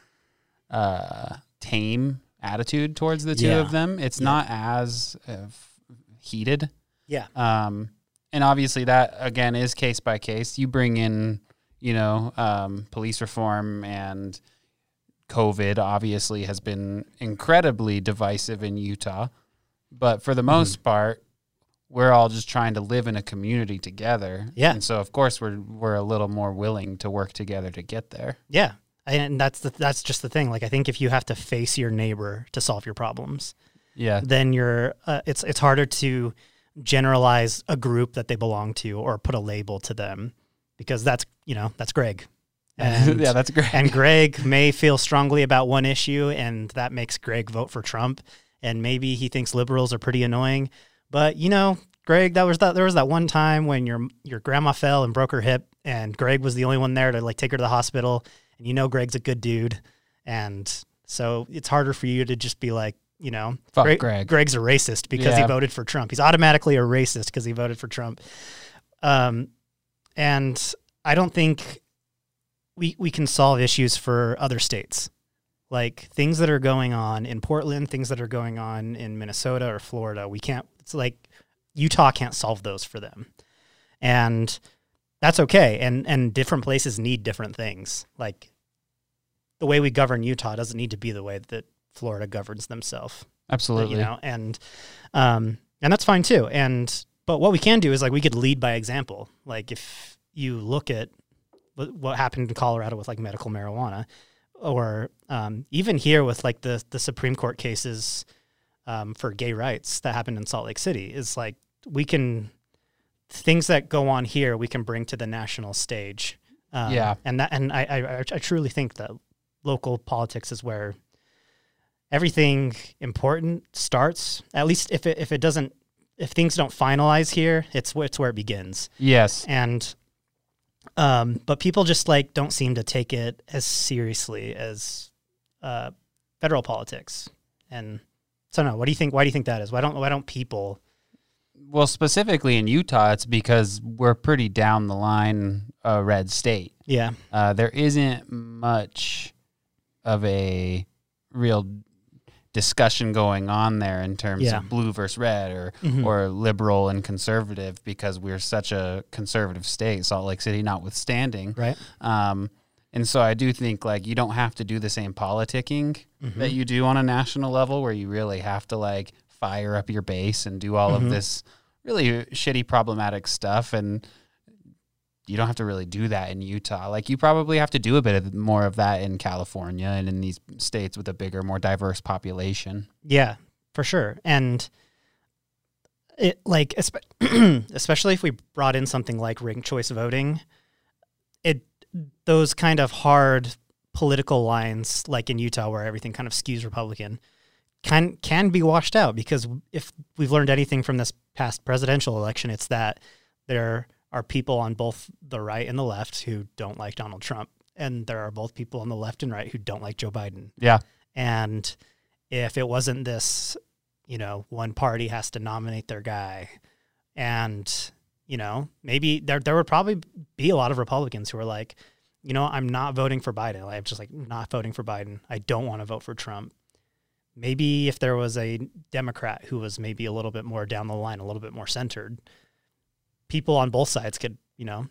uh, tame attitude towards the two Yeah. of them. It's not as uh, f- heated. Yeah, Um, and obviously, that again is case by case. You bring in, you know, um, police reform and COVID obviously has been incredibly divisive in Utah. But for the Mm-hmm. most part, we're all just trying to live in a community together. Yeah. And so, of course, we're, we're a little more willing to work together to get there. yeah, and that's the, that's just the thing. Like I think if you have to face your neighbor to solve your problems, Yeah. then you're uh, it's it's harder to generalize a group that they belong to or put a label to them because that's you know that's Greg. And yeah, that's great. and Greg may feel strongly about one issue, and that makes Greg vote for Trump. And maybe he thinks liberals are pretty annoying, but you know, Greg, that was that. There was that one time when your your grandma fell and broke her hip, and Greg was the only one there to like take her to the hospital. And you know, Greg's a good dude, and So it's harder for you to just be like, you know, Fuck Greg. Greg's a racist because he Yeah. voted for Trump. He's automatically a racist because he voted for Trump. Um, and I don't think we we can solve issues for other states, like things that are going on in Portland, things that are going on in Minnesota or Florida. We can't. It's like Utah can't solve those for them, and that's okay. And and different places need different things. Like the way we govern Utah doesn't need to be the way that Florida governs themselves Absolutely. you know and um and that's fine too and but what we can do is like we could lead by example like if you look at what, what happened in colorado with like medical marijuana or um, even here with like the the supreme court cases um, for gay rights that happened in salt lake city is like we can things that go on here we can bring to the national stage um, Yeah. and that and I, I i truly think that local politics is where everything important starts. At least if it if it doesn't if things don't finalize here, it's where it's where it begins. Yes. And um, but people just like don't seem to take it as seriously as uh, federal politics. And so no, what do you think? Why do you think that is? Why don't why don't people? Well, specifically in Utah, it's because we're pretty down the line uh, red state. Yeah, Uh, there isn't much of a real discussion going on there in terms Yeah. of blue versus red or or liberal and conservative because we're such a conservative state, Salt Lake City notwithstanding. right. Um, and so I do think like you don't have to do the same politicking Mm-hmm. that you do on a national level where you really have to like fire up your base and do all Mm-hmm. of this really shitty problematic stuff and you don't have to really do that in Utah. Like you probably have to do a bit of more of that in California and in these states with a bigger, more diverse population. Yeah, for sure. And it like espe- especially if we brought in something like ranked choice voting, it those kind of hard political lines like in Utah where everything kind of skews Republican can can be washed out because if we've learned anything from this past presidential election it's that there are people on both the right and the left who don't like Donald Trump and there are both people on the left and right who don't like Joe Biden Yeah. and if it wasn't this, you know, one party has to nominate their guy. And, you know, maybe there there would probably be a lot of Republicans who are like, you know, I'm not voting for Biden. Like, I'm just like not voting for Biden. I don't want to vote for Trump. Maybe if there was a Democrat who was maybe a little bit more down the line, a little bit more centered, people on both sides could, you know,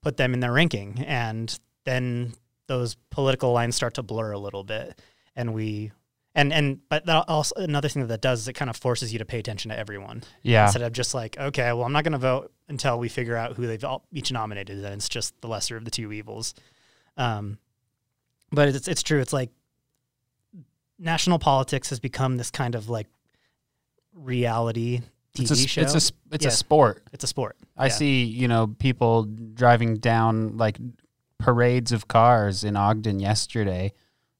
put them in their ranking. And then those political lines start to blur a little bit and we and and but that also another thing that that does is it kind of forces you to pay attention to everyone Yeah. instead of just like okay well i'm not going to vote until we figure out who they've all, each nominated and it's just the lesser of the two evils um but it's it's true it's like national politics has become this kind of like reality tv It's a, show it's a, s- it's Yeah. a sport. it's a sport I Yeah. see, you know, people driving down like parades of cars in Ogden yesterday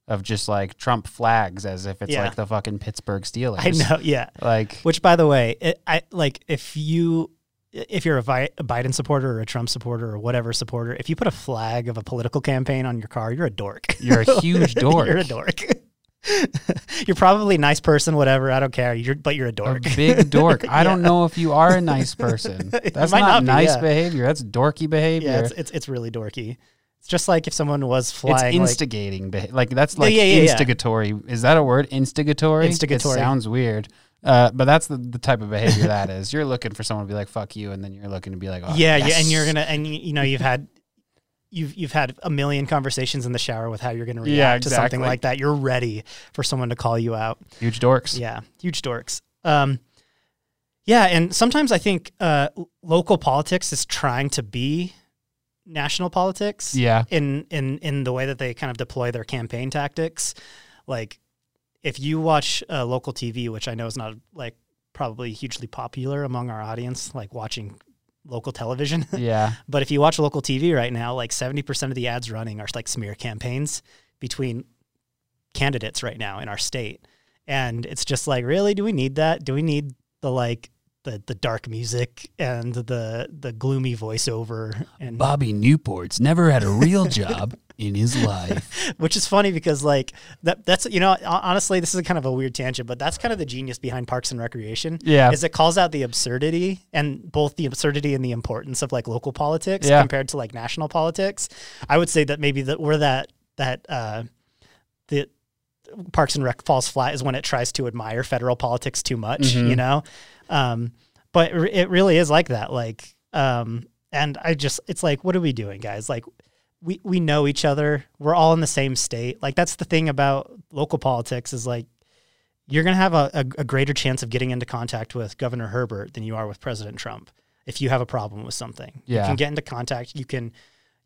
of just like Trump flags as if it's Yeah. like the fucking Pittsburgh Steelers. i know yeah Like, Which, by the way, it, I like if you if you're a, Vi- a Biden supporter or a Trump supporter or whatever supporter, if you put a flag of a political campaign on your car, you're a dork. you're a huge dork. you're a dork. you're probably a nice person, whatever. I don't care. You're but you're a A dork. big dork. I don't know if you are a nice person. That's might not, not be, nice yeah. behavior. That's dorky behavior. yeah, it's, it's, it's it's really dorky. It's just like if someone was flying like, instigating. beha- like that's like yeah, yeah, yeah. instigatory. Is that a word? Instigatory. Instigatory. It sounds weird. Uh, but that's the, the type of behavior that is. You're looking for someone to be like "fuck you," and then you're looking to be like, "Oh, yeah, yeah, and yes." you're gonna and you, you know you've had. You've, you've had a million conversations in the shower with how you're going to react Yeah, to something exactly. like that. You're ready for someone to call you out. huge dorks. Yeah, huge dorks. Um, yeah, and sometimes I think uh, l- local politics is trying to be national politics. Yeah. In in in the way that they kind of deploy their campaign tactics, like if you watch uh, local TV, which I know is not like probably hugely popular among our audience, like watching local television. Yeah. But if you watch local TV right now, like 70% of the ads running are like smear campaigns between candidates right now in our state. And it's just like, really, do we need that? Do we need the like the the dark music and the the gloomy voiceover and Bobby Newport's never had a real job. in his life. which is funny because like that that's you know hon- honestly this is a kind of a weird tangent but that's kind of the genius behind parks and recreation Yeah. is it calls out the absurdity and both the absurdity and the importance of like local politics Yeah. compared to like national politics i would say that maybe that where that that uh the parks and rec falls flat is when it tries to admire federal politics too much Mm-hmm. you know um but r- it really is like that like um and i just it's like what are we doing guys like we we know each other we're all in the same state like that's the thing about local politics is like you're going to have a, a, a greater chance of getting into contact with governor herbert than you are with president trump if you have a problem with something you Yeah. can get into contact you can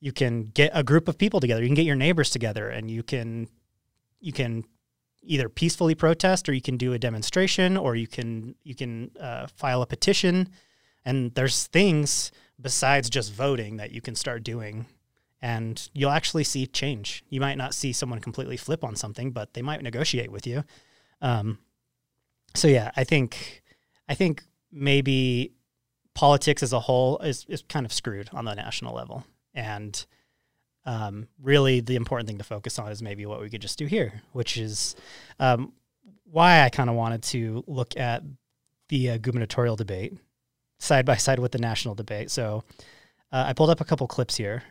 you can get a group of people together you can get your neighbors together and you can you can either peacefully protest or you can do a demonstration or you can you can uh, file a petition and there's things besides just voting that you can start doing and you'll actually see change you might not see someone completely flip on something but they might negotiate with you um, so yeah i think i think maybe politics as a whole is, is kind of screwed on the national level and um, really the important thing to focus on is maybe what we could just do here, which is um, why I kind of wanted to look at the uh, gubernatorial debate side by side with the national debate. So uh, I pulled up a couple clips here,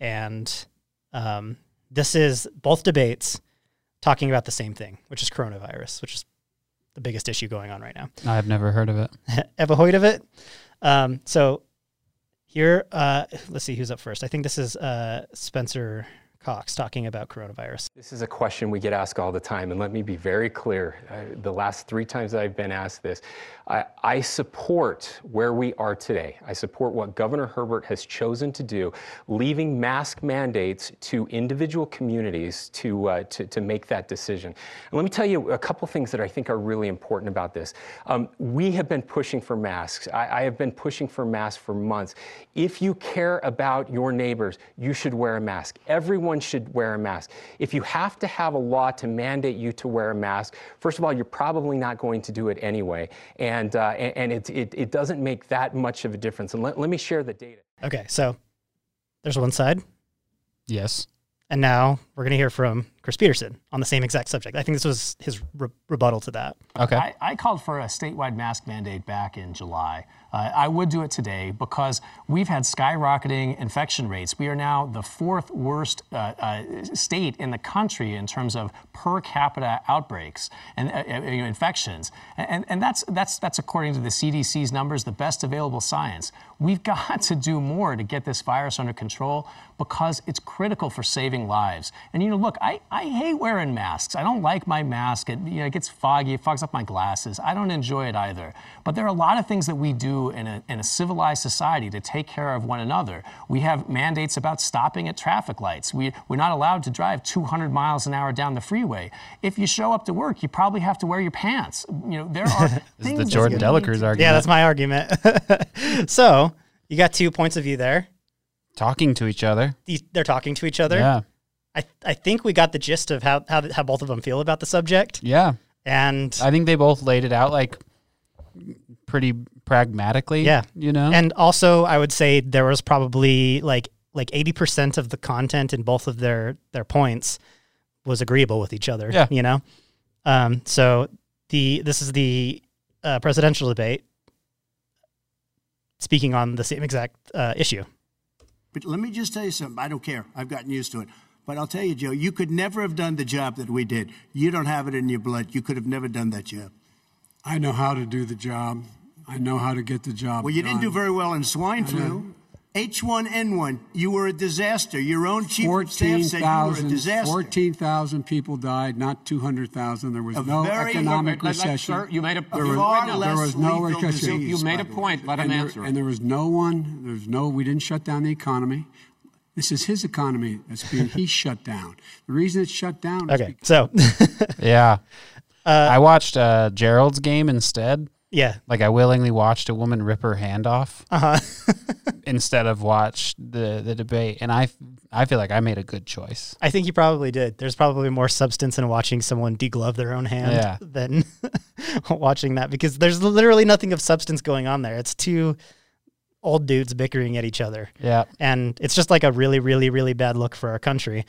and um, this is both debates talking about the same thing, which is coronavirus, which is the biggest issue going on right now. I've never heard of it. Eva Hoyt of it. Um, so here, uh, let's see who's up first. I think this is uh, Spencer Cox talking about coronavirus. This is a question we get asked all the time, and let me be very clear. Uh, the last three times that I've been asked this, I, I support where we are today. I support what Governor Herbert has chosen to do, leaving mask mandates to individual communities to, uh, to, to make that decision. And let me tell you a couple things that I think are really important about this. Um, we have been pushing for masks. I, I have been pushing for masks for months. If you care about your neighbors, you should wear a mask. Everyone should wear a mask. If you have to have a law to mandate you to wear a mask, first of all, you're probably not going to do it anyway. And, uh, and, and it, it, it doesn't make that much of a difference. And let, let me share the data. Okay, so there's one side, Yes. and now we're going to hear from Chris Peterson on the same exact subject. I think this was his re- rebuttal to that. Okay. I, I called for a statewide mask mandate back in July. Uh, I would do it today because we've had skyrocketing infection rates. We are now the fourth worst uh, uh, state in the country in terms of per capita outbreaks and uh, uh, you know, infections, and, and that's that's that's according to the CDC's numbers, the best available science. We've got to do more to get this virus under control because it's critical for saving lives. And you know, look, I, I hate wearing masks. I don't like my mask. It, you know, it gets foggy, it fogs up my glasses. I don't enjoy it either. But there are a lot of things that we do in a, in a civilized society to take care of one another. We have mandates about stopping at traffic lights. We, we're not allowed to drive 200 miles an hour down the freeway. If you show up to work, you probably have to wear your pants. You know, there are This is things the that Jordan we need to Delacruz argument. Yeah, that's my argument. so you got two points of view there. talking to each other. These- They're talking to each other. Yeah. I, I think we got the gist of how, how, how both of them feel about the subject. Yeah. And I think they both laid it out like pretty pragmatically. Yeah. You know? And also, I would say there was probably like like eighty percent of the content in both of their their points was agreeable with each other. Yeah. you know. Um, so the this is the uh, presidential debate speaking on the same exact uh, issue. But let me just tell you something. I don't care. I've gotten used to it. But I'll tell you, Joe, you could never have done the job that we did. You don't have it in your blood. You could have never done that job. I know how to do the job. I know how to get the job. Well, you didn't do done. very well in swine I flu. H1N1, you were a disaster. Your own chief of staff said you were a 14,000 disaster. 14,000 people died, not two hundred thousand. There was A no very- economic Let- let- recession. sir, you made a- there you was, are there less was no lethal recession. disease, You made a by the way. point. Let him and, answer there, it. and there was no one. There's no. We didn't shut down the economy. This is his economy that's being he shut down. The reason it's shut down. Is Okay, so yeah. I watched uh, Gerald's game instead. yeah, Like I willingly watched a woman rip her hand off Uh-huh. instead of watch the, the debate. And I, f- I feel like I made a good choice. I think you probably did. There's probably more substance in watching someone deglove their own hand Yeah. than watching that because there's literally nothing of substance going on there. It's two old dudes bickering at each other. Yeah. And it's just like a really, really, really bad look for our country.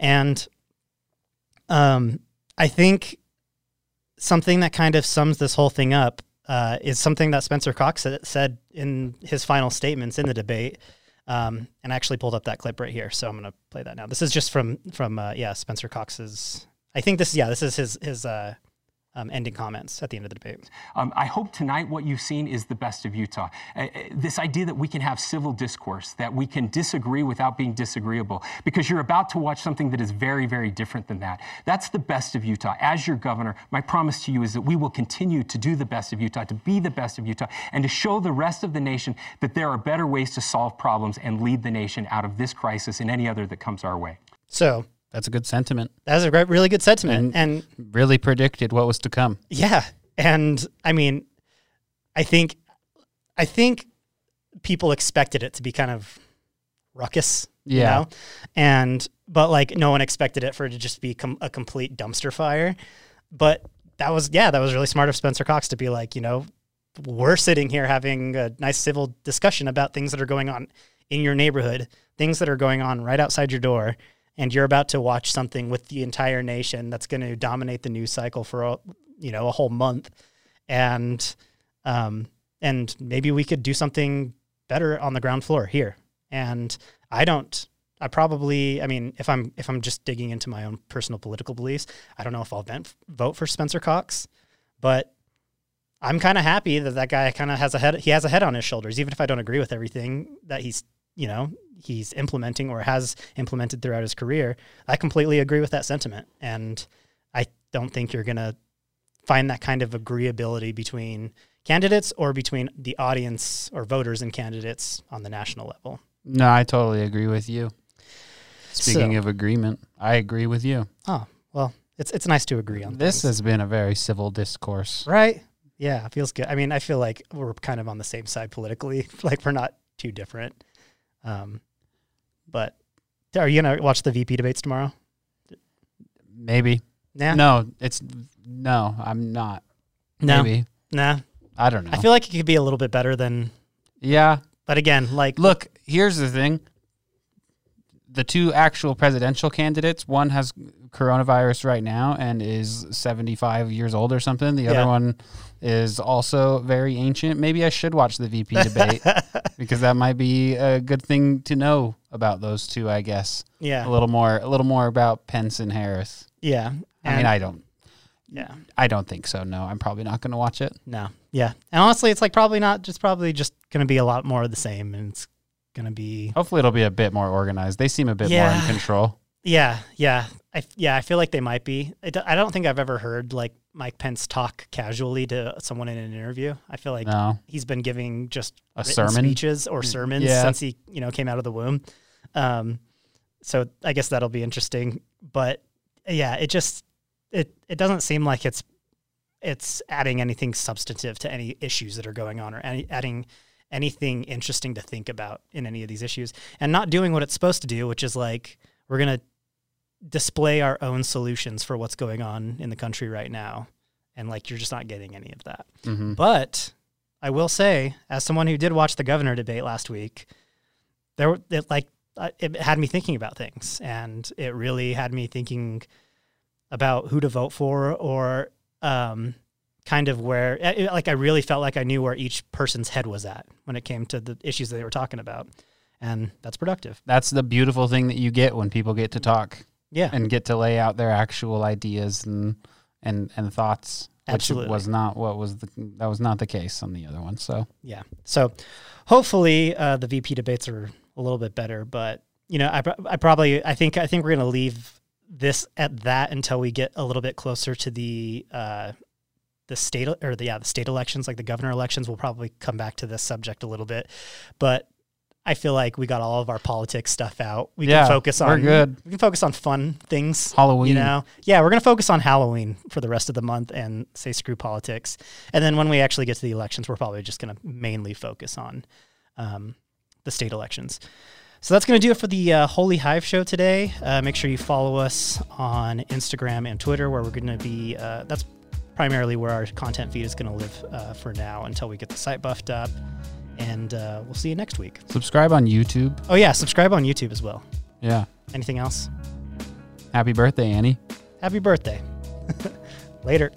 And um, I think something that kind of sums this whole thing up uh, is something that Spencer Cox sa- said in his final statements in the debate. Um, and I actually pulled up that clip right here, so I'm going to play that now. This is just from from uh, yeah Spencer Cox's. I think this yeah this is his his uh, um, ending comments at the end of the debate. Um, I hope tonight what you've seen is the best of Utah. Uh, uh, this idea that we can have civil discourse, that we can disagree without being disagreeable, because you're about to watch something that is very, very different than that. That's the best of Utah. As your governor, my promise to you is that we will continue to do the best of Utah, to be the best of Utah, and to show the rest of the nation that there are better ways to solve problems and lead the nation out of this crisis and any other that comes our way. So That's a good sentiment. that's a great, really good sentiment, and Really predicted what was to come. Yeah, and I mean, I think, I think people expected it to be kind of ruckus. you Yeah. know? and but like no one expected it for it to just be com- a complete dumpster fire. But that was yeah, that was really smart of Spencer Cox to be like, you know, we're sitting here having a nice civil discussion about things that are going on in your neighborhood, things that are going on right outside your door, and you're about to watch something with the entire nation that's going to dominate the news cycle for a, you know a whole month, and um, and maybe we could do something better on the ground floor here. And I don't. I probably, I mean, if I'm if I'm just digging into my own personal political beliefs, I don't know if I'll vent, vote for Spencer Cox, but I'm kind of happy that that guy kind of has a head. He has a head on his shoulders, even if I don't agree with everything that he's, you know, he's implementing or has implemented throughout his career. I completely agree with that sentiment, and I don't think you're gonna find that kind of agreeability between candidates or between the audience or voters and candidates on the national level. No, I totally agree with you. Speaking So- of agreement, I agree with you. Oh well, it's it's nice to agree on things. This has been a very civil discourse. right. Yeah, it feels good. I mean, I feel like we're kind of on the same side politically. Like we're not too different. Um, but are you gonna watch the VP debates tomorrow? Maybe. Nah, No, it's no, I'm not. no, Maybe. nah. I don't know. I feel like it could be a little bit better than. yeah. But again, like Look, here's the thing. The two actual presidential candidates, one has coronavirus right now and is 75 years old or something. The Yeah. other one is also very ancient. Maybe I should watch the VP debate because that might be a good thing to know about those two, I guess. yeah, A little more a little more about Pence and Harris. yeah. I mean, and- I don't yeah, I don't think so. No, I'm probably not going to watch it. no, yeah. And honestly, it's like probably not. Just probably just gonna be a lot more of the same, and it's gonna be Hopefully, it'll be a bit more organized. They seem a bit more Yeah. in control. Yeah, yeah, I, f- yeah. I feel like they might be. I, d- I don't think I've ever heard like Mike Pence talk casually to someone in an interview. I feel like No. he's been giving just A written sermon? Mm. speeches or sermons yeah. since he you know came out of the womb. Um, so I guess that'll be interesting. But yeah, it just it it doesn't seem like it's it's adding anything substantive to any issues that are going on or any adding anything interesting to think about in any of these issues and not doing what it's supposed to do which is like we're going to display our own solutions for what's going on in the country right now and like you're just not getting any of that hmm but I will say, as someone who did watch the governor debate last week, there were- it like uh, it had me thinking about things, and it really had me thinking about who to vote for, or um, kind of where. eh, eh, Like I really felt like I knew where each person's head was at when it came to the issues that they were talking about, and that's productive. That's the beautiful thing that you get when people get to talk Yeah, and get to lay out their actual ideas and and and thoughts, which Absolutely. was not what was the that was not the case on the other one. So yeah. So hopefully uh, the VP debates are a little bit better, but you know, I, pro- I probably I think I think we're gonna leave this at that until we get a little bit closer to the uh, the state or the yeah the state elections, like the governor elections. We'll probably come back to this subject a little bit, but. I feel like we got all of our politics stuff out. We Yeah, can focus we're on good. We can focus on fun things. Halloween. You know? Yeah, we're gonna focus on Halloween for the rest of the month and say screw politics. And then when we actually get to the elections, we're probably just gonna mainly focus on um, the state elections. So that's going to do it for the uh, Holy Hive show today. Uh, make sure you follow us on Instagram and Twitter, where we're going to be. Uh, that's primarily where our content feed is going to live uh, for now until we get the site buffed up. And uh, we'll see you next week. Subscribe on YouTube. Oh, yeah, subscribe on YouTube as well. Yeah. Anything else? Happy birthday, Annie. Happy birthday. Later.